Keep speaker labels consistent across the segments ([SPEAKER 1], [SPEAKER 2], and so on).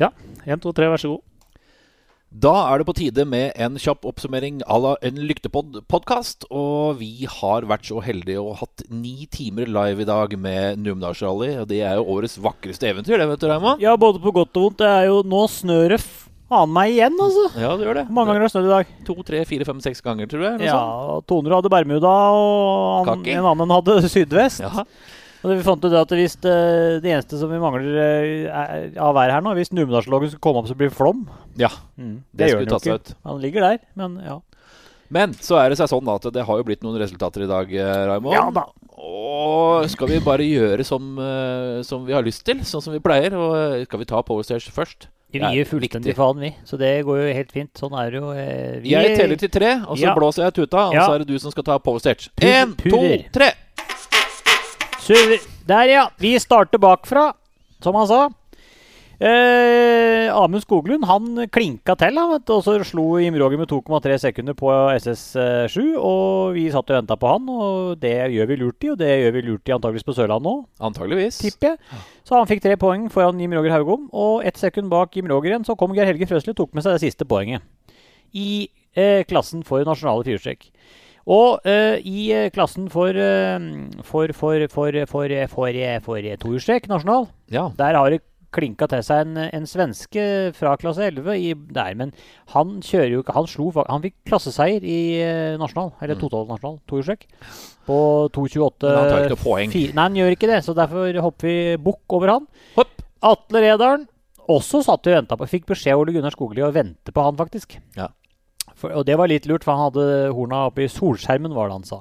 [SPEAKER 1] Ja. Én, to, tre, vær så god.
[SPEAKER 2] Da er det på tide med en kjapp oppsummering à la en Lyktepodd-podkast. Og vi har vært så heldige og hatt ni timer live i dag med Numedalsrally. Og det er jo årets vakreste eventyr, det, vet du, Raymond.
[SPEAKER 1] Ja, både på godt og vondt. Det er jo nå snør det faen meg igjen, altså.
[SPEAKER 2] Ja, det gjør det.
[SPEAKER 1] Hvor mange ganger har det snødd i dag?
[SPEAKER 2] To, tre, fire, fem, seks ganger, tror jeg. eller
[SPEAKER 1] Ja,
[SPEAKER 2] sånt.
[SPEAKER 1] og Tonerud hadde Bermuda, og han,
[SPEAKER 2] Kaki.
[SPEAKER 1] en annen hadde sydvest.
[SPEAKER 2] Ja.
[SPEAKER 1] Og det- vi fant ut det at hvis eh, det, det eneste som vi mangler eh, er, av været her nå, er hvis Numedalslågen skulle komme opp, så blir det flom.
[SPEAKER 2] ja. Det
[SPEAKER 1] gjør
[SPEAKER 2] skulle
[SPEAKER 1] den
[SPEAKER 2] tatt
[SPEAKER 1] jo
[SPEAKER 2] seg
[SPEAKER 1] ikke.
[SPEAKER 2] ut.
[SPEAKER 1] Han ligger der, men ja.
[SPEAKER 2] Men så er det seg sånn at det har jo blitt noen resultater i dag, eh, Raymond.
[SPEAKER 1] Ja da.
[SPEAKER 2] Og skal vi bare gjøre som, eh, som vi har lyst til, sånn som vi pleier? Og eh, skal vi ta Power Stage først?
[SPEAKER 1] Vi
[SPEAKER 2] Det er
[SPEAKER 1] gir fullstendig
[SPEAKER 2] viktig.
[SPEAKER 1] faen, vi. Så det går jo helt fint. Sånn er det jo. eh, Vi
[SPEAKER 2] Jeg teller til tre, og så
[SPEAKER 1] Ja.
[SPEAKER 2] blåser jeg tuta, og
[SPEAKER 1] Ja.
[SPEAKER 2] så er det du som skal ta Power Stage.
[SPEAKER 1] Purr,
[SPEAKER 2] Én, to,
[SPEAKER 1] purrer.
[SPEAKER 2] tre!
[SPEAKER 1] Surrer. Der, ja. Vi starter bakfra, som han sa. Eh, Amund Skoglund han klinka til, han, vet du, og så slo Jim Roger med 2,3 sekunder på SS7. Og vi satt og venta på han, og det gjør vi lurt i. Og det gjør vi lurt i antakeligvis på Sørlandet òg,
[SPEAKER 2] Antageligvis.
[SPEAKER 1] tipper jeg. Så han fikk tre poeng foran Jim Roger Haugom. Og ett sekund bak Jim Roger igjen så kom Geir Helge Frøsli og tok med seg det siste poenget. I eh, klassen for nasjonale firestrekk. Og eh, i eh, klassen for, eh, for, for, for, for, for, for, for tohjulstrekk nasjonal,
[SPEAKER 2] Ja.
[SPEAKER 1] der har det klinka til seg en, en svenske fra klasse 11 i, der. Men han kjører jo ikke Han slo fak- Han fikk klasseseier i eh, nasjonal, eller
[SPEAKER 2] Mm.
[SPEAKER 1] totalt nasjonal, tohjulstrekk, på 2.28.
[SPEAKER 2] Men han tar ikke noe poeng.
[SPEAKER 1] Fi- Nei, han gjør ikke det, så derfor hopper vi bukk over han.
[SPEAKER 2] Hopp.
[SPEAKER 1] Atle Redalen også satt vi og venta på. Fikk beskjed av Ole Gunnar Skogli å vente på han, faktisk.
[SPEAKER 2] Ja.
[SPEAKER 1] For, og det var litt lurt, for han hadde horna oppi solskjermen, var det han sa.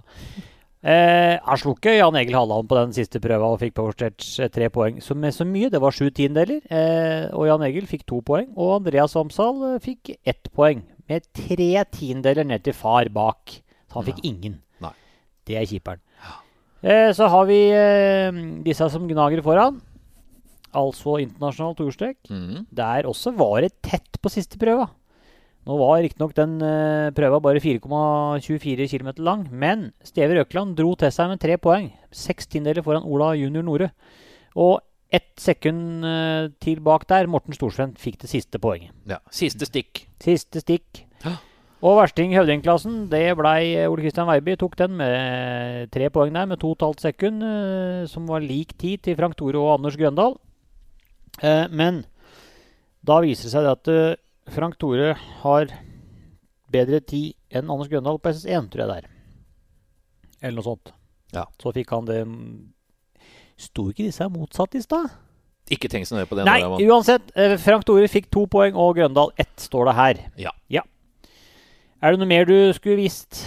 [SPEAKER 1] Eh, han slo ikke Jan Egil Halland på den siste prøva og fikk powerstretch eh, tre poeng. Så med så mye, det var sju tiendedeler. Eh, og Jan Egil fikk to poeng. Og Andreas Wamsal eh, fikk ett poeng. Med tre tiendedeler ned til far bak. Så han fikk ingen.
[SPEAKER 2] Nei.
[SPEAKER 1] Det er kjiperen. Eh, så har vi eh, disse som gnager foran. Altså internasjonal toerstrek.
[SPEAKER 2] Mhm.
[SPEAKER 1] Der også var det tett på siste prøva. Nå var riktignok den eh, prøva bare 4,24 km lang, men Steve Røkland dro til seg med tre poeng. Seks tiendedeler foran Ola junior Nore. Og ett sekund eh, til bak der, Morten Storsveen fikk det siste poenget.
[SPEAKER 2] ja. Siste stikk.
[SPEAKER 1] Siste stikk.
[SPEAKER 2] Ja.
[SPEAKER 1] Og versting i høvdingklassen, det blei eh, Ole Kristian Weiby. Tok den med eh, tre poeng der, med to og et halvt sekund, eh, som var lik tid til Frank Tore og Anders Grøndal. Eh, Men da viser det seg det at eh, Frank Tore har bedre tid enn Anders Grøndal på SS1, tror jeg det er. Eller noe sånt.
[SPEAKER 2] Ja.
[SPEAKER 1] Så fikk han det mm, Sto ikke disse her motsatt i stad?
[SPEAKER 2] Ikke tenk så nøye på det.
[SPEAKER 1] Nei,
[SPEAKER 2] nå, Raymond.
[SPEAKER 1] uansett. eh, Frank Tore fikk to poeng, og Grøndal ett, står det her.
[SPEAKER 2] Ja.
[SPEAKER 1] Er det noe mer du skulle visst?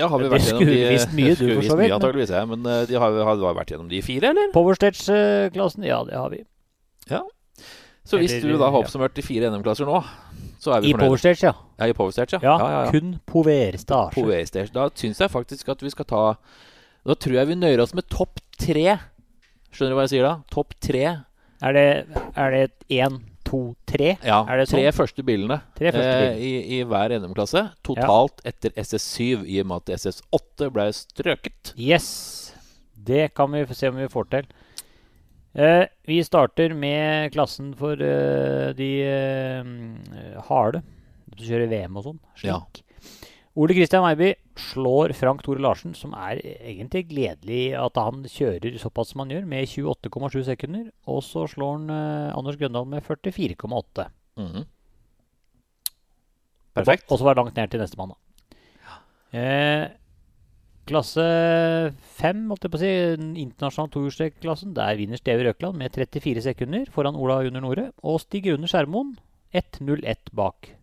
[SPEAKER 2] ja, har vi
[SPEAKER 1] det
[SPEAKER 2] vært gjennom
[SPEAKER 1] skulle
[SPEAKER 2] de-
[SPEAKER 1] visst mye, du,
[SPEAKER 2] skulle
[SPEAKER 1] for så
[SPEAKER 2] visst
[SPEAKER 1] vidt,
[SPEAKER 2] Mye,
[SPEAKER 1] men-
[SPEAKER 2] antageligvis, ja. Men eh, de har, har, har vært gjennom de fire, eller?
[SPEAKER 1] Powerstage-klassen? Ja, det har vi.
[SPEAKER 2] Så hvis
[SPEAKER 1] Eller-
[SPEAKER 2] du da har
[SPEAKER 1] ja.
[SPEAKER 2] oppsummert de fire NM-klasser nå, så er vi
[SPEAKER 1] I
[SPEAKER 2] fornøyd.
[SPEAKER 1] powerstage, ja.
[SPEAKER 2] Ja, I Powerstage, ja.
[SPEAKER 1] ja.
[SPEAKER 2] ja, ja, ja.
[SPEAKER 1] Kun powerstage.
[SPEAKER 2] Power Stage. Da syns jeg faktisk at vi skal ta Da tror jeg vi nøyer oss med topp tre. Skjønner du hva jeg sier da? Topp tre.
[SPEAKER 1] Er det, er det et én, to, tre?
[SPEAKER 2] Ja,
[SPEAKER 1] Er det
[SPEAKER 2] tre
[SPEAKER 1] sånn?
[SPEAKER 2] første bilene
[SPEAKER 1] Tre første
[SPEAKER 2] eh,
[SPEAKER 1] bilene.
[SPEAKER 2] i, i hver NM-klasse. Totalt etter SS7, i og med at SS8 ble strøket.
[SPEAKER 1] Yes. Det kan vi få se om vi får til. Eh, vi starter med klassen for eh, de eh, mm, harde. Du kjører VM og sånn.
[SPEAKER 2] Ja.
[SPEAKER 1] Slik. Ole Kristian Weiby slår Frank Tore Larsen, som er egentlig gledelig at han kjører såpass som han gjør, med 28,7 sekunder. Og så slår han eh, Anders Grøndal med 44,8.
[SPEAKER 2] Mhm. Perfekt.
[SPEAKER 1] Og så var det langt ned til nestemann, da. Eh, klasse fem, holdt jeg på å si, den internasjonale tohjulstrekklassen, der vinner Steve Røkland med 34 sekunder foran Ola Under Nore. Og Stig Rune Skjermoen 1.01 bak.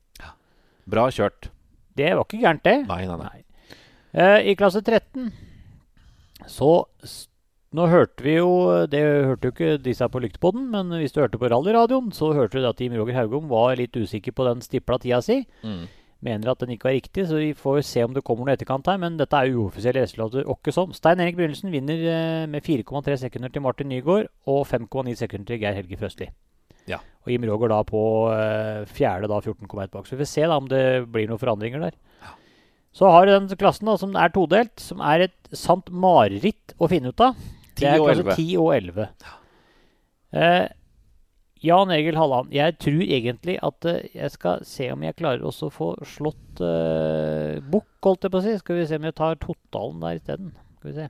[SPEAKER 2] Bra kjørt.
[SPEAKER 1] Det var ikke gærent, det.
[SPEAKER 2] Nei, nei, nei.
[SPEAKER 1] Eh, I klasse 13 så s- Nå hørte vi jo Det hørte jo ikke disse på lyktepodden, men hvis du hørte på rallyradioen, så hørte du det at Jim Roger Haugom var litt usikker på den stipla tida si.
[SPEAKER 2] Mhm.
[SPEAKER 1] mener at den ikke var riktig, så vi får se om det kommer noe i etterkant her. Men dette er jo uoffisielle resultater åkke som. Stein Erik Brynildsen vinner eh, med 4,3 sekunder til Martin Nygaard og 5,9 sekunder til Geir Helge Frøsli.
[SPEAKER 2] Ja.
[SPEAKER 1] Og Jim Roger da på eh, fjerde, da 14,1 bak. Så vi får se da om det blir noen forandringer der. Så har du den klassen da, som er todelt, som er et sant mareritt å finne ut av. Det
[SPEAKER 2] 10
[SPEAKER 1] er
[SPEAKER 2] og
[SPEAKER 1] klasse
[SPEAKER 2] 11.
[SPEAKER 1] 10 og 11. Eh, Jan Egil Halland, jeg tror egentlig at eh, jeg skal se om jeg klarer også å få slått uh, bukk, holdt jeg på å si. Skal vi se om jeg tar totalen der isteden. Skal vi se.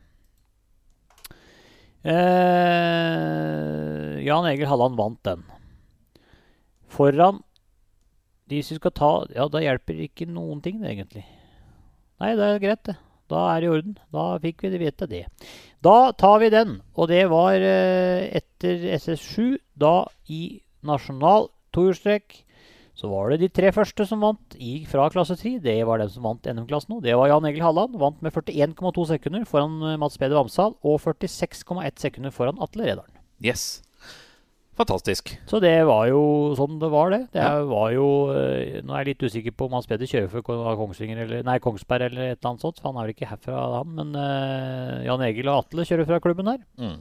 [SPEAKER 1] Eh, Jan Egil Halland vant den. Foran Hvis vi skal ta Ja, da hjelper ikke noen ting, det, egentlig. Nei, det er greit, det. Da er det i orden. Da fikk vi det vite det. Da tar vi den, og det var eh, etter SS7, da i nasjonal tohjulstrekk. Så var det de tre første som vant i, fra klasse 3. Det var den som vant NM-klassen nå. Det var Jan Egil Halland. Vant med 41,2 sekunder foran eh, Mats Peder Vamsal og 46,1 sekunder foran Atle Redalen.
[SPEAKER 2] Yes. Fantastisk.
[SPEAKER 1] Så det var jo sånn det var, det. Det er- var jo eh, Nå er jeg litt usikker på om Hans Peder kjører for Kon- Kongsvinger eller Nei, Kongsberg eller et eller annet sånt. For han er vel ikke herfra, han. Men eh, Jan Egil og Atle kjører fra klubben her.
[SPEAKER 2] Mm.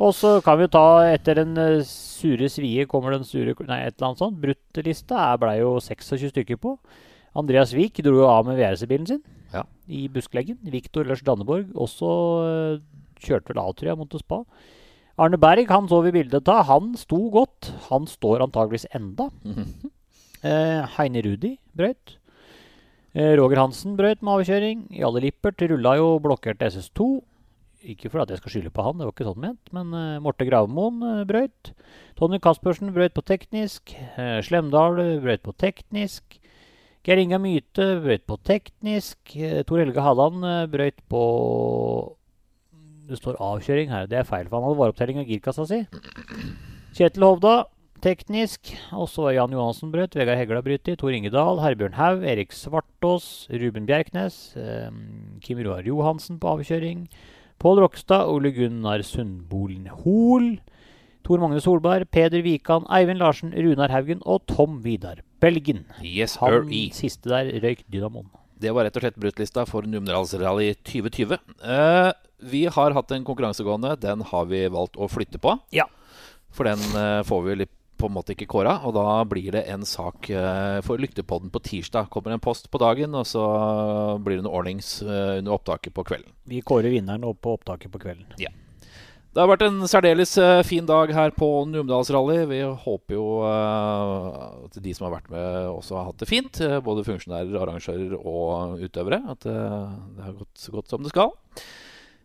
[SPEAKER 1] Og så kan vi jo ta etter den eh, sure svie kommer den sure kl- Nei, et eller annet sånt. Bruttelista er- blei jo 26 stykker på. Andreas Wiik dro jo av med VRC-bilen sin
[SPEAKER 2] Ja.
[SPEAKER 1] i buskeleggen. Viktor Lars Danneborg også eh, kjørte vel av, tror jeg, mot spa. Arne Berg, han så vi bildet av. Han sto godt. Han står antageligvis enda.
[SPEAKER 2] Mhm.
[SPEAKER 1] Eh, Heine Rudi brøyt. Eh, Roger Hansen brøyt med avkjøring. Jalle Lippert rulla jo blokkert SS2. Ikke for at jeg skal skylde på han, det var ikke sånn ment, men eh, Morte Gravmoen eh, brøyt. Tony Caspersen brøyt på teknisk. Eh, Slemdal eh, brøyt på teknisk. Geir Inga Mythe brøyt på teknisk. Eh, Tor Helge Halland eh, brøyt på Det står avkjøring her, det er feil, for han hadde vareopptelling av girkassa si. Kjetil Hovda teknisk. Og så var Jan Johansen brøt, Vegard Hegla brøt i, Tor Ingedal, Herbjørn Haug, Erik Svartås, Ruben Bjerknes, eh, Kim Roar Johansen på avkjøring, Pål Rokstad, Ole Gunnar Sundbolen Hoel, Tor Magne Solberg, Peder Wikan, Eivind Larsen, Runar Haugen og Tom Vidar Belgen.
[SPEAKER 2] Yes, E.
[SPEAKER 1] Han
[SPEAKER 2] R.E.
[SPEAKER 1] siste der røyk dynamoen.
[SPEAKER 2] Det var rett og slett bruttlista for Numedalsrally 2020. Eh, vi har hatt en konkurranse gående. Den har vi valgt å flytte på.
[SPEAKER 1] Ja.
[SPEAKER 2] For den eh, får vi litt på en måte ikke kåra, og da blir det en sak eh, for Lyktepodden på tirsdag. Kommer en post på dagen, og så blir det noe ordnings eh, under opptaket på kvelden.
[SPEAKER 1] Vi kårer vinneren opp på opptaket på kvelden.
[SPEAKER 2] Det har vært en særdeles eh, fin dag her på Numedalsrally. Vi håper jo eh, at de som har vært med, også har hatt det fint. eh, Både funksjonærer, arrangører og utøvere. At eh, det har gått så godt som det skal.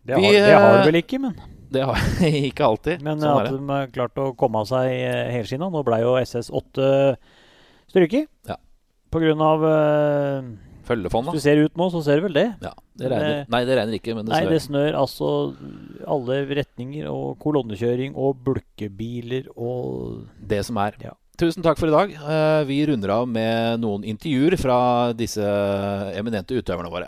[SPEAKER 1] Det
[SPEAKER 2] Vi,
[SPEAKER 1] har, det har
[SPEAKER 2] eh,
[SPEAKER 1] du vel ikke, men,
[SPEAKER 2] Det har jeg ikke alltid.
[SPEAKER 1] men
[SPEAKER 2] sånn
[SPEAKER 1] at
[SPEAKER 2] er det.
[SPEAKER 1] de har klart å komme av seg eh, helskinna. Nå ble jo SS8 stryket.
[SPEAKER 2] Ja.
[SPEAKER 1] På grunn av eh,
[SPEAKER 2] Følgefond,
[SPEAKER 1] Hvis du
[SPEAKER 2] da.
[SPEAKER 1] ser ut nå, så ser du vel det.
[SPEAKER 2] Ja, det regner.
[SPEAKER 1] det-
[SPEAKER 2] Nei, det regner ikke, men det
[SPEAKER 1] Nei,
[SPEAKER 2] snør.
[SPEAKER 1] det snør altså alle retninger, og kolonnekjøring og bulkebiler og
[SPEAKER 2] det som er.
[SPEAKER 1] Ja.
[SPEAKER 2] Tusen takk for i dag. Eh, Vi runder av med noen intervjuer fra disse eminente utøverne våre.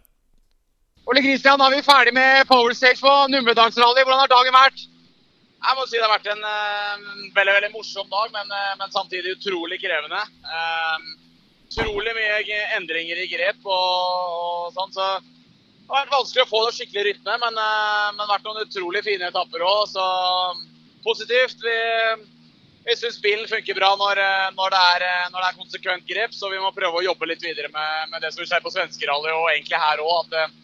[SPEAKER 3] Ole Kristian, da er vi ferdig med Power Stage på Numedalsrally. Hvordan har dagen vært? Jeg må si det har vært en eh, veldig veldig morsom dag, men, eh, men samtidig utrolig krevende. Eh, utrolig mye g- endringer i grep og, og sånn, så det har vært vanskelig å få det skikkelig rytme, men, eh, men det har vært noen utrolig fine etapper òg, så positivt. Vi, vi syns bilen funker bra når, eh, når, det er, eh, når det er konsekvent grep, så vi må prøve å jobbe litt videre med, med det som skjer på svenskerally og egentlig her òg. at eh, det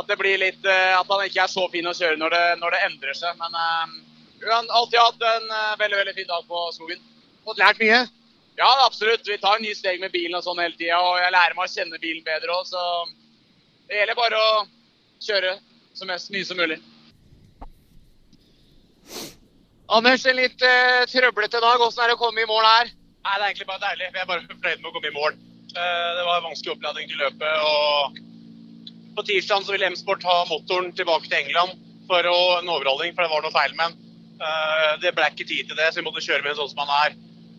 [SPEAKER 3] at det blir litt eh, At han ikke er så fin å kjøre når det, når det endrer seg. Men eh, vi har alltid hatt en eh, veldig veldig fin dag på skogen. Fått lært mye? Ja, absolutt. Vi tar nye steg med bilen og sånn hele tida. Og jeg lærer meg å kjenne bilen bedre òg, så det gjelder bare å kjøre så mest mye som mulig. Anders, en litt eh, trøblete dag. Åssen er det å komme i mål her? Nei, Det er egentlig bare deilig. Vi er bare fornøyd med å komme i mål. Eh, det var vanskelig oppladning til løpet. og på tirsdag så ville M-Sport ha motoren tilbake til England for å, en overholdning, for det var noe feil med den. Eh, det ble ikke tid til det, så vi måtte kjøre med den sånn som den er.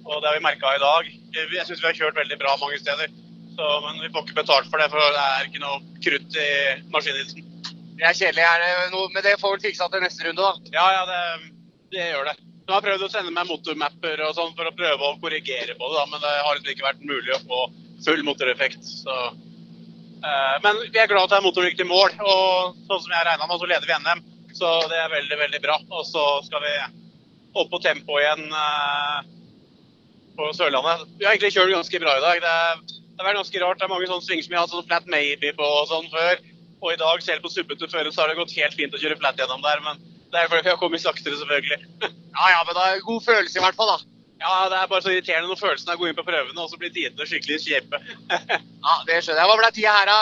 [SPEAKER 3] Og det har vi merka i dag. Eh, Jeg syns vi har kjørt veldig bra mange steder. Så, men vi får ikke betalt for det, for det er ikke noe krutt i maskinhilsen. Det er kjedelig, men det får vel fiksa til neste runde, da. Ja, ja, det, det gjør det. De har prøvd å sende meg motormapper og sånn for å prøve å korrigere på det, da, men det har liksom ikke vært mulig å få full motoreffekt. Så Eh, Men vi er glad at det er motor gikk til mål. Og sånn som jeg regna med, så leder vi NM. Så det er veldig, veldig bra. Og så skal vi opp på tempo igjen eh, på Sørlandet. Vi har egentlig kjørt ganske bra i dag. Det, er, det har vært ganske rart. Det er mange sånne svinger som jeg har hatt sånn flat maybe på og sånn før. Og i dag, selv på suppete føre, så har det gått helt fint å kjøre flat gjennom der. Men det er fordi vi har kommet saktere, selvfølgelig. ja ja, men det er god følelse i hvert fall, da.
[SPEAKER 4] Ja, det er bare så irriterende når følelsen er god inn på prøvene, og så blir tidene skikkelig kjepe.
[SPEAKER 5] Ja, det skjønner jeg. Hva ble tida her, da?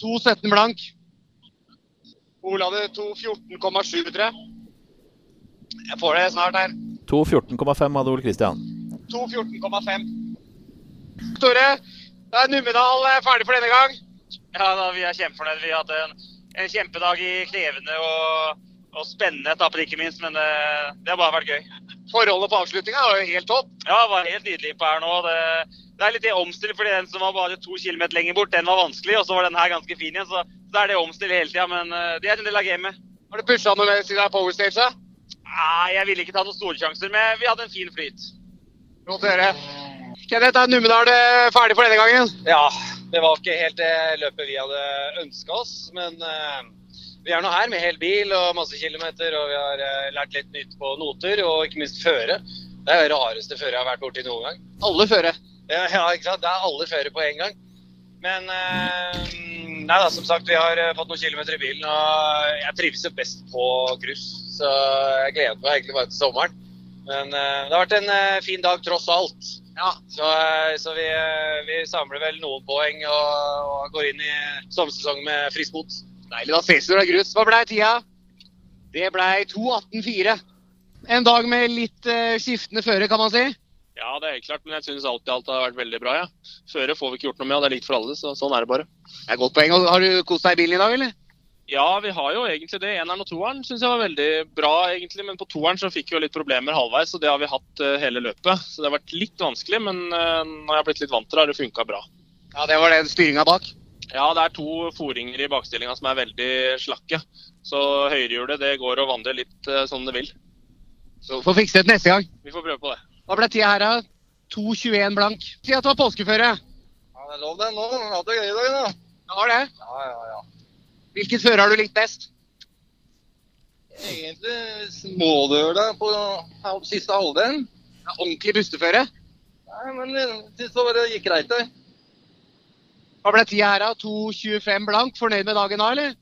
[SPEAKER 5] 2.17 blank. Ola hadde 2.14,7, tror jeg. Jeg får det snart her.
[SPEAKER 2] 2.14,5 hadde Ole Kristian.
[SPEAKER 5] 2.14,5. Tore, da er Numedal eh, ferdig for denne gang.
[SPEAKER 6] Ja, da, vi er kjempefornøyde. Vi hadde en, en kjempedag i knevene og, og spennende etapper, ikke minst. Men det, det har bare vært gøy.
[SPEAKER 5] Forholdet på avslutninga var jo helt topp.
[SPEAKER 6] Ja, det var helt nydelig innpå her nå. Det, det er litt det omstill, fordi den som var bare to kilometer lenger bort, den var vanskelig. Og så var den her ganske fin igjen, så, så det er det omstill hele tida. Men eh, det er en del av gamet.
[SPEAKER 5] Har du pusha noe mer siden det er power stage? da?
[SPEAKER 6] Nei, jeg ville ikke ta noen store sjanser, men vi hadde en fin flyt.
[SPEAKER 5] Godt å høre. Kenneth, da er Numedal eh, ferdig for denne gangen.
[SPEAKER 4] Ja, det var ikke helt det løpet vi hadde ønska oss, men eh, vi er nå her med hel bil og masse kilometer, og vi har eh, lært litt nytt på noter, og ikke minst føre. Det er det rareste føret jeg har vært borti noen gang.
[SPEAKER 5] Alle føre.
[SPEAKER 4] Ja, ja, ikke sant? Det er alle føre på en gang. Men eh, nei da, som sagt, vi har eh, fått noen kilometer i bilen, og jeg trives jo best på grus. Så jeg gleder meg egentlig bare til sommeren. Men eh, det har vært en eh, fin dag tross alt.
[SPEAKER 5] Ja,
[SPEAKER 4] Så, eh, så vi, eh, vi samler vel noen poeng og, og går inn i sommersesongen med frisk mot.
[SPEAKER 5] Deilig. Da ses vi når det er grus. Hva blei tida? Det blei 2.18,4. En dag med litt eh, skiftende føre, kan man si.
[SPEAKER 7] Ja, det er helt klart, men jeg syns alt i alt har vært veldig bra. Ja. Føre får vi ikke gjort noe med, og det er likt for alle, så sånn er det bare.
[SPEAKER 5] Det er godt poeng. Og Har du kost deg i bilen i dag, eller?
[SPEAKER 7] Ja, vi har jo egentlig det. Eneren og toeren syns jeg var veldig bra, egentlig. Men på toeren så fikk vi jo litt problemer halvveis, og det har vi hatt eh, hele løpet. Så det har vært litt vanskelig, men eh, når jeg har blitt litt vant til det, har det funka bra.
[SPEAKER 5] Ja, det var den styringa bak.
[SPEAKER 7] Ja, det er to foringer i bakstillinga som er veldig slakke. Så høyrehjulet det går og vandrer litt eh, som det vil.
[SPEAKER 5] Så får fikse det neste gang.
[SPEAKER 7] Vi får prøve på det.
[SPEAKER 5] Hva blei tida her, da? 2.21 blank. Si at det var påskeføre.
[SPEAKER 4] Ja, det er lov det nå. Vi har hatt det gøy i dag, da.
[SPEAKER 5] Det var det.
[SPEAKER 4] Ja, ja, ja.
[SPEAKER 5] Hvilket føre har du likt best?
[SPEAKER 4] Egentlig smådøla på halv- siste halvdelen.
[SPEAKER 5] Ja, ordentlig busteføre.
[SPEAKER 4] Nei, men jeg syns det bare gikk greit, det.
[SPEAKER 5] Hva blei tida her, da? 2.25 blank. Fornøyd med dagen da, eller?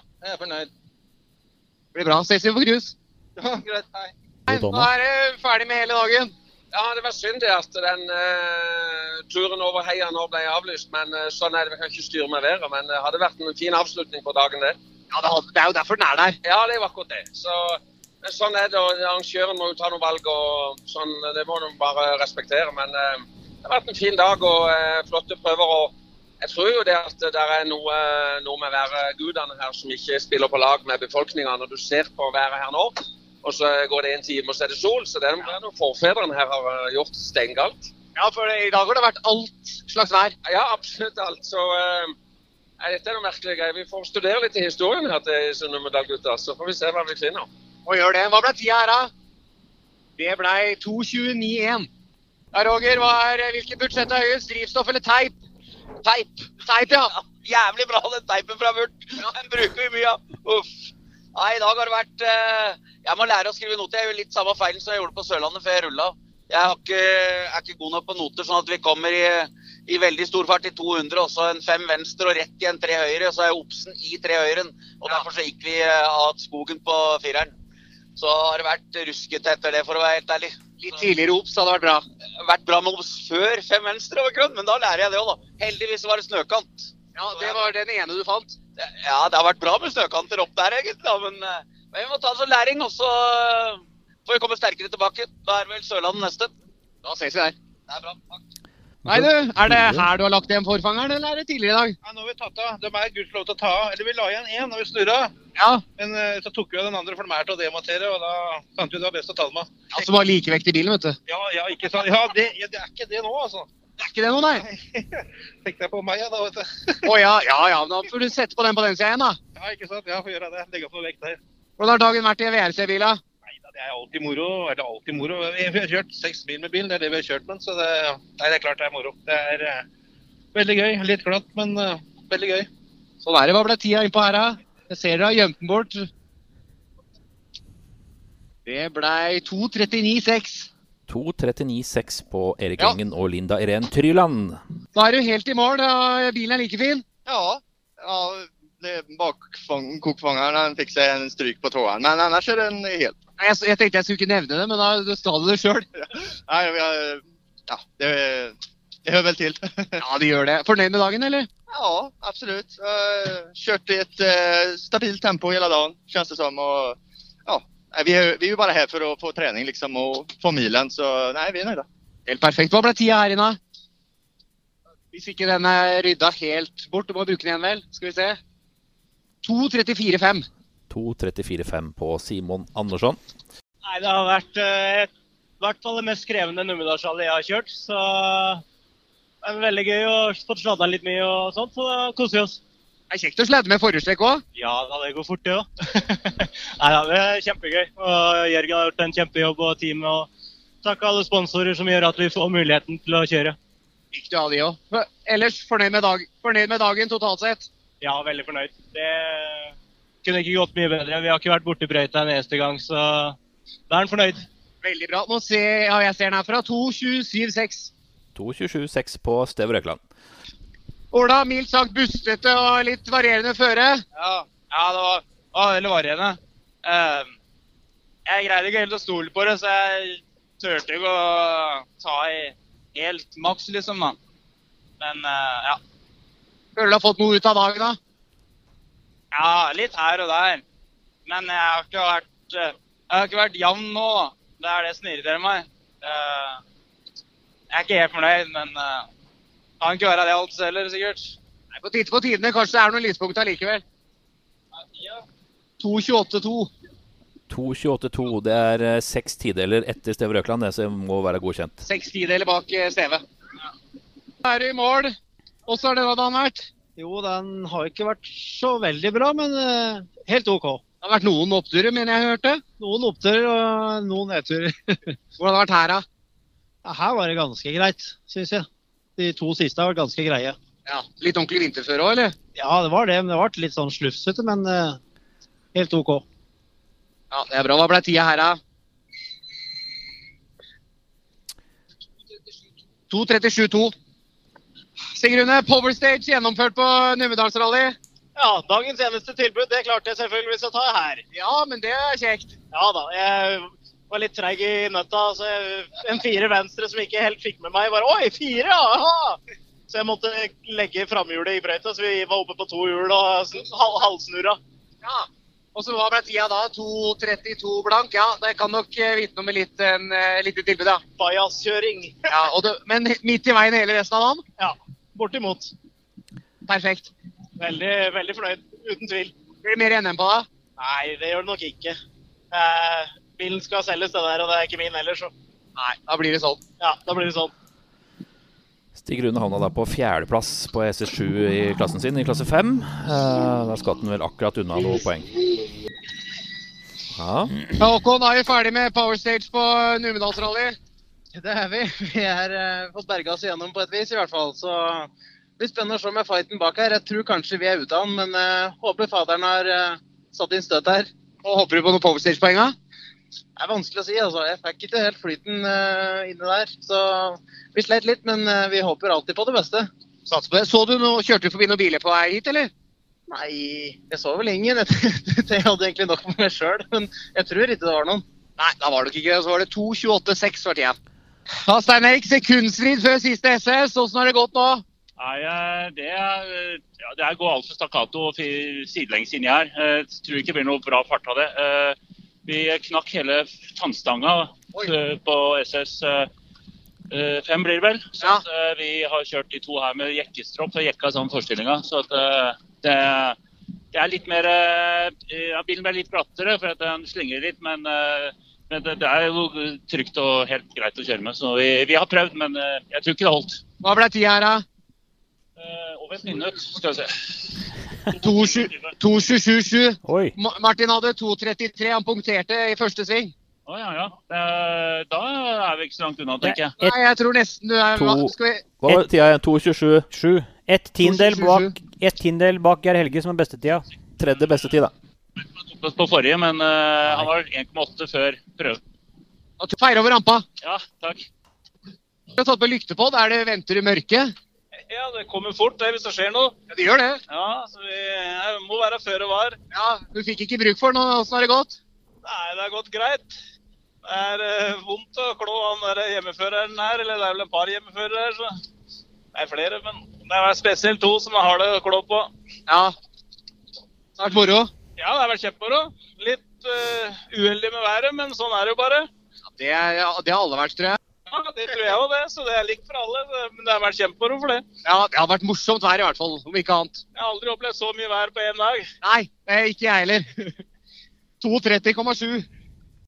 [SPEAKER 4] Jeg er fornøyd.
[SPEAKER 5] Blir bra. Ses vi på grus.
[SPEAKER 4] Ja, greit, hei.
[SPEAKER 5] Nei,
[SPEAKER 8] God dag,
[SPEAKER 5] da er det ferdig med hele dagen.
[SPEAKER 4] Ja, det var synd det at den eh, turen over heia nå ble avlyst. Men eh, sånn er det, vi kan ikke styre med været. Men det hadde vært en fin avslutning på dagen, det.
[SPEAKER 5] Ja, det er- det er jo derfor den er der.
[SPEAKER 4] Ja, det er jo akkurat det. Så, men sånn er det. og Arrangøren må jo ta noen valg, og sånn, det må de bare respektere. Men eh, det har vært en fin dag og eh, flotte prøver. og Jeg tror jo det at det er noe, noe med værgudene her som ikke spiller på lag med befolkninga. Når du ser på været her nå, og så går det en time og så er det sol. Så det er noe forfedrene her har eh, gjort steingalt.
[SPEAKER 5] Ja, for i dag har det vært alt slags vær.
[SPEAKER 4] Ja, absolutt alt. Så eh, nei, dette er noe merkelig greier. Vi får studere litt i historien her til Sunnmørdal, gutter. Så får vi se hva vi finner.
[SPEAKER 5] Og gjør det. Hva ble tida her, da? Det ble 2.29,1. Ja, Roger, hva er, hvilket budsjett er høyest? Drivstoff eller teip? Teip. Teip, ja.
[SPEAKER 6] Jævlig bra, den teipen fra Murt. Den bruker vi mye av. Uff. Nei, i dag har det vært eh, Jeg må lære å skrive noter. Jeg gjør litt samme feilen som jeg gjorde på Sørlandet før jeg rulla. Jeg har ikke, er ikke god nok på noter, sånn at vi kommer i, i veldig stor fart i 200, og så en fem venstre og rett i en tre høyre. Så er Obsen i tre høyren. Og derfor så gikk vi eh, av skogen på fireren. Så har det vært ruskete etter det, for å være helt ærlig.
[SPEAKER 5] Litt tidligere obs hadde vært bra.
[SPEAKER 6] Vært bra med Obs før fem venstre over grønn, men da lærer jeg det òg, da. Heldigvis var det snøkant.
[SPEAKER 5] Ja, Det var den ene du fant.
[SPEAKER 6] Ja, det har vært bra med snøkanter opp der, egentlig. Da, men, eh, men vi må ta det som læring, og så eh, får vi komme sterkere tilbake. Da er det vel Sørlandet neste.
[SPEAKER 5] Da ses vi der.
[SPEAKER 6] Det er bra. Takk.
[SPEAKER 5] Nei, du. Er det her du har lagt igjen forfangeren, eller er det tidligere i dag?
[SPEAKER 9] Ja, nå har vi tatt av. De er gudskjelov til å ta av. Eller vi la igjen én når vi snurra.
[SPEAKER 5] Ja.
[SPEAKER 9] Men eh, så tok vi av den andre, for de er til å demontere. Og da fant vi ut det var best å ta dem av.
[SPEAKER 5] Altså bare likevekt i bilen, vet du.
[SPEAKER 9] Ja, ja, ikke sant. Ja, det, ja, det er ikke det nå, altså.
[SPEAKER 5] Det er ikke det noe, nei?
[SPEAKER 9] Tenkte jeg på meg, ja, da, vet du.
[SPEAKER 5] Å ja, ja ja. men Da får du sette på den på den sida igjen, da.
[SPEAKER 9] Ja, ikke sant. Ja, får gjøre det. Legge opp noe vekt der.
[SPEAKER 5] Hvordan har dagen vært i VRC-bila?
[SPEAKER 9] Nei da, det er alltid moro. Eller alltid moro. Vi vi har kjørt seks mil med bil, det er det vi har kjørt med. Så det, nei, det er klart det er moro. Det er eh, veldig gøy. Litt glatt, men eh, veldig gøy.
[SPEAKER 5] Sånn er det. Hva ble tida innpå her, da? Jeg ser dere har gjemt den bort. Det blei 2.39,6.
[SPEAKER 2] 2.39,6 på Erik
[SPEAKER 5] Ja.
[SPEAKER 2] Engen og Linda Irén Tryland.
[SPEAKER 5] Da er du helt i mål. da. Bilen er like fin.
[SPEAKER 10] Ja, ja det bakfang- kokfangeren han fikk seg en stryk på tåeren, men ellers er den helt
[SPEAKER 5] Nei, Jeg, jeg tenkte jeg skulle ikke nevne det, men da da sa du det sjøl.
[SPEAKER 10] Nei, vi har- ja, det, det hører vel til.
[SPEAKER 5] Ja, de gjør det. Fornøyd med dagen, eller?
[SPEAKER 10] Ja, absolut. Eh, Kört i ett eh, stabilt tempo hela dagen, känns det som. Och, ja, nej, vi, är, vi är ju bara här för att få träning liksom, och få milen, så nej, vi är nöjda.
[SPEAKER 5] Helt perfekt. Hva ble tida her inne? Hvis ikke den er rydda helt bort, du må bruke den igjen, vel? Skal vi se. 2.34,5.
[SPEAKER 2] 2.34,5 på Simon Andersson.
[SPEAKER 11] Nei, det har vært eh, et- i hvert fall det mest krevende Numedalsrallyet jeg har kjørt. Så det er veldig gøy og fått sladda litt mye og sånt, så da koser vi oss.
[SPEAKER 5] Det er kjekt å sladde med forhjulstrekk òg.
[SPEAKER 11] Ja da, det går fort det òg. Nei da, det er kjempegøy. Og Jørgen har gjort en kjempejobb og teamet. Og takk alle sponsorer som gjør at vi får muligheten til å kjøre.
[SPEAKER 5] Viktig å ha de òg. Ellers fornøyd med, dag, fornøyd med dagen totalt sett.
[SPEAKER 11] Ja, veldig fornøyd. Det kunne ikke gått mye bedre. Vi har ikke vært borti brøyta en eneste gang, så da er han fornøyd.
[SPEAKER 5] Veldig bra. Nå ser ja, jeg ser den herfra. 2.27,6.
[SPEAKER 2] 2.27,6 på Steve Røkland.
[SPEAKER 5] Ola, mildt sagt bustete og litt varierende føre.
[SPEAKER 12] Ja, ja det var, var veldig varierende. Ehm, jeg greide ikke helt å stole på det, så jeg turte ikke å ta i helt maks, liksom. da. Men eh, ja.
[SPEAKER 5] Føler du har fått noe ut av dagen, da?
[SPEAKER 12] ja, litt her og der. Men jeg har ikke vært, eh, jeg har ikke vært jevn nå. da. Det er det som irriterer meg. Eh, jeg er ikke helt fornøyd, men eh, kan ikke være det alt heller, sikkert.
[SPEAKER 5] Nei, På titte på tidene. Kanskje det er noen lyspunkter likevel. 2.28,2.
[SPEAKER 2] 2.28,2. Det er eh, seks tideler etter Steve Røkland, det som må være godkjent.
[SPEAKER 5] Seks tideler bak eh, Steve. Da er du i mål. Åssen har denne dagen vært?
[SPEAKER 11] Jo, den har ikke vært så veldig bra, men eh, helt OK.
[SPEAKER 5] Det har vært noen oppturer, mener jeg hørte.
[SPEAKER 11] Noen oppturer og noen nedturer.
[SPEAKER 5] Hvordan har det vært her, da?
[SPEAKER 11] Ja, her var det ganske greit, syns jeg. De to siste har vært ganske greie.
[SPEAKER 5] Ja, Litt ordentlig vinterføre òg, eller?
[SPEAKER 11] Ja, det var det, men det ble litt sånn slufsete, men eh, helt OK.
[SPEAKER 5] Ja, det er bra. Hva ble tida her, da? 2.37,2. Sigrune, Power Stage gjennomført på Numedalsrally.
[SPEAKER 11] Ja, dagens eneste tilbud, det klarte jeg selvfølgelig å ta her.
[SPEAKER 5] Ja, men det er kjekt.
[SPEAKER 11] Ja da, jeg var litt treig i nøtta. Så jeg, en fire venstre som ikke helt fikk med meg, bare Oi, fire! Aha! Så jeg måtte legge framhjulet i brøyta, så vi var oppe på to hjul og sn- hal- halvsnurra.
[SPEAKER 5] Ja. Og så hva ble tida da? 2.32 blank? Ja, det kan nok eh, vitne om et litt, en, eh, lite tilbud, ja.
[SPEAKER 11] Bajaskjøring.
[SPEAKER 5] ja og det, men midt i veien hele resten av dagen?
[SPEAKER 11] Ja, bortimot.
[SPEAKER 5] Perfekt.
[SPEAKER 11] Veldig, veldig fornøyd, uten tvil.
[SPEAKER 5] Blir det mer NM på deg?
[SPEAKER 11] Nei, det gjør det nok ikke. Eh, bilen skal selges, det der, og det er ikke min heller, så
[SPEAKER 5] Nei, da blir det sånn.
[SPEAKER 11] ja, da blir det sånn.
[SPEAKER 2] Stig Rune havna da på fjerdeplass på EC7 i klassen sin, i klasse 5. Da skatt han vel akkurat unna noen poeng. Ja.
[SPEAKER 5] Ja, Håkon er jo ferdig med Power Stage på Numedalsrally.
[SPEAKER 13] Det er vi. Vi har fått berga oss igjennom på et vis, i hvert fall. Så det blir spennende å se med fighten bak her. Jeg tror kanskje vi er ute av den, men eh, håper faderen har eh, satt inn støt her.
[SPEAKER 5] Og håper du på noen Power Stage-poeng? da?
[SPEAKER 13] Det er vanskelig å si, altså. Jeg fikk ikke helt flyten eh, inne der. Så vi sleit litt, men eh, vi håper alltid på det beste.
[SPEAKER 5] Satser på det. Så du noe, Kjørte du forbi noen biler på vei hit, eller?
[SPEAKER 13] Nei, jeg så vel ingen. Jeg, jeg hadde egentlig nok med meg sjøl, men jeg tror ikke det var noen.
[SPEAKER 5] Nei, da var det ikke det. Så var det 2.28,6 var tida. Ja, Stein Erik, sekundstrid før siste SS. Åssen har det gått nå?
[SPEAKER 14] Nei, eh, det er, eh, ja, det er gå altfor stakkato og fi- sidelengs inni her. Eh, Jeg tror ikke det blir noe bra fart av det. Eh, Vi knakk hele tannstanga eh, på SS5 eh, blir det vel. Så
[SPEAKER 5] Ja.
[SPEAKER 14] at, eh, vi har kjørt de to her med jekkestropp og jekka sammen forstillinga. Så at eh, det, det er litt mer eh, ja, Bilen ble litt glattere for at den slynger litt, men, eh, men det, det er jo trygt og helt greit å kjøre med. Så vi, vi har prøvd, men eh, jeg tror ikke det holdt.
[SPEAKER 5] Hva ble tida her, da?
[SPEAKER 14] Eh, over et minutt, skal vi se.
[SPEAKER 5] 2.27,7.
[SPEAKER 1] Oi.
[SPEAKER 5] Ma- Martin hadde 2.33. Han punkterte i første sving.
[SPEAKER 14] Å ja, ja. Eh, da er vi ikke så langt unna, tenker jeg.
[SPEAKER 1] Et,
[SPEAKER 5] Nei, jeg tror nesten du er
[SPEAKER 2] To.
[SPEAKER 5] hva- Skal vi
[SPEAKER 2] Hva var tida igjen? 2.27.
[SPEAKER 1] sju. Ett tiendedel
[SPEAKER 5] sju,
[SPEAKER 1] bak, et tiendedel bak Geir Helge, som er bestetida.
[SPEAKER 2] Tredje beste tid, da.
[SPEAKER 14] Han tok oss på forrige, men eh, han var 1,8 før prøven.
[SPEAKER 5] at du feirer over rampa?
[SPEAKER 14] Ja, takk.
[SPEAKER 5] Du har tatt på lykte på. Der det venter i mørket.
[SPEAKER 12] Ja, det kommer fort det, hvis det skjer noe.
[SPEAKER 5] Ja, det gjør det.
[SPEAKER 12] Ja, så vi jeg må være før og var.
[SPEAKER 5] Ja, Du fikk ikke bruk for den. Åssen har det gått?
[SPEAKER 15] Nei, det har gått greit. Det er eh, vondt å klå han der hjemmeføreren her, eller det er vel et par hjemmeførere her, så det er flere, men det er spesielt to som har det å klå på.
[SPEAKER 5] Ja. Snart moro.
[SPEAKER 15] Ja, det har vært kjempemoro. Litt eh, uheldig med været, men sånn er det jo bare.
[SPEAKER 5] Det, er, ja, det har alle vært, tror jeg.
[SPEAKER 15] Ja, det tror jeg jo det, så det er likt for alle. så- Men det har vært kjempemoro for det.
[SPEAKER 5] Ja, Det har vært morsomt vær, i hvert fall. Om ikke annet.
[SPEAKER 15] Jeg har aldri opplevd så mye vær på én dag.
[SPEAKER 5] Nei, eh, ikke jeg heller.
[SPEAKER 16] 2.30,7.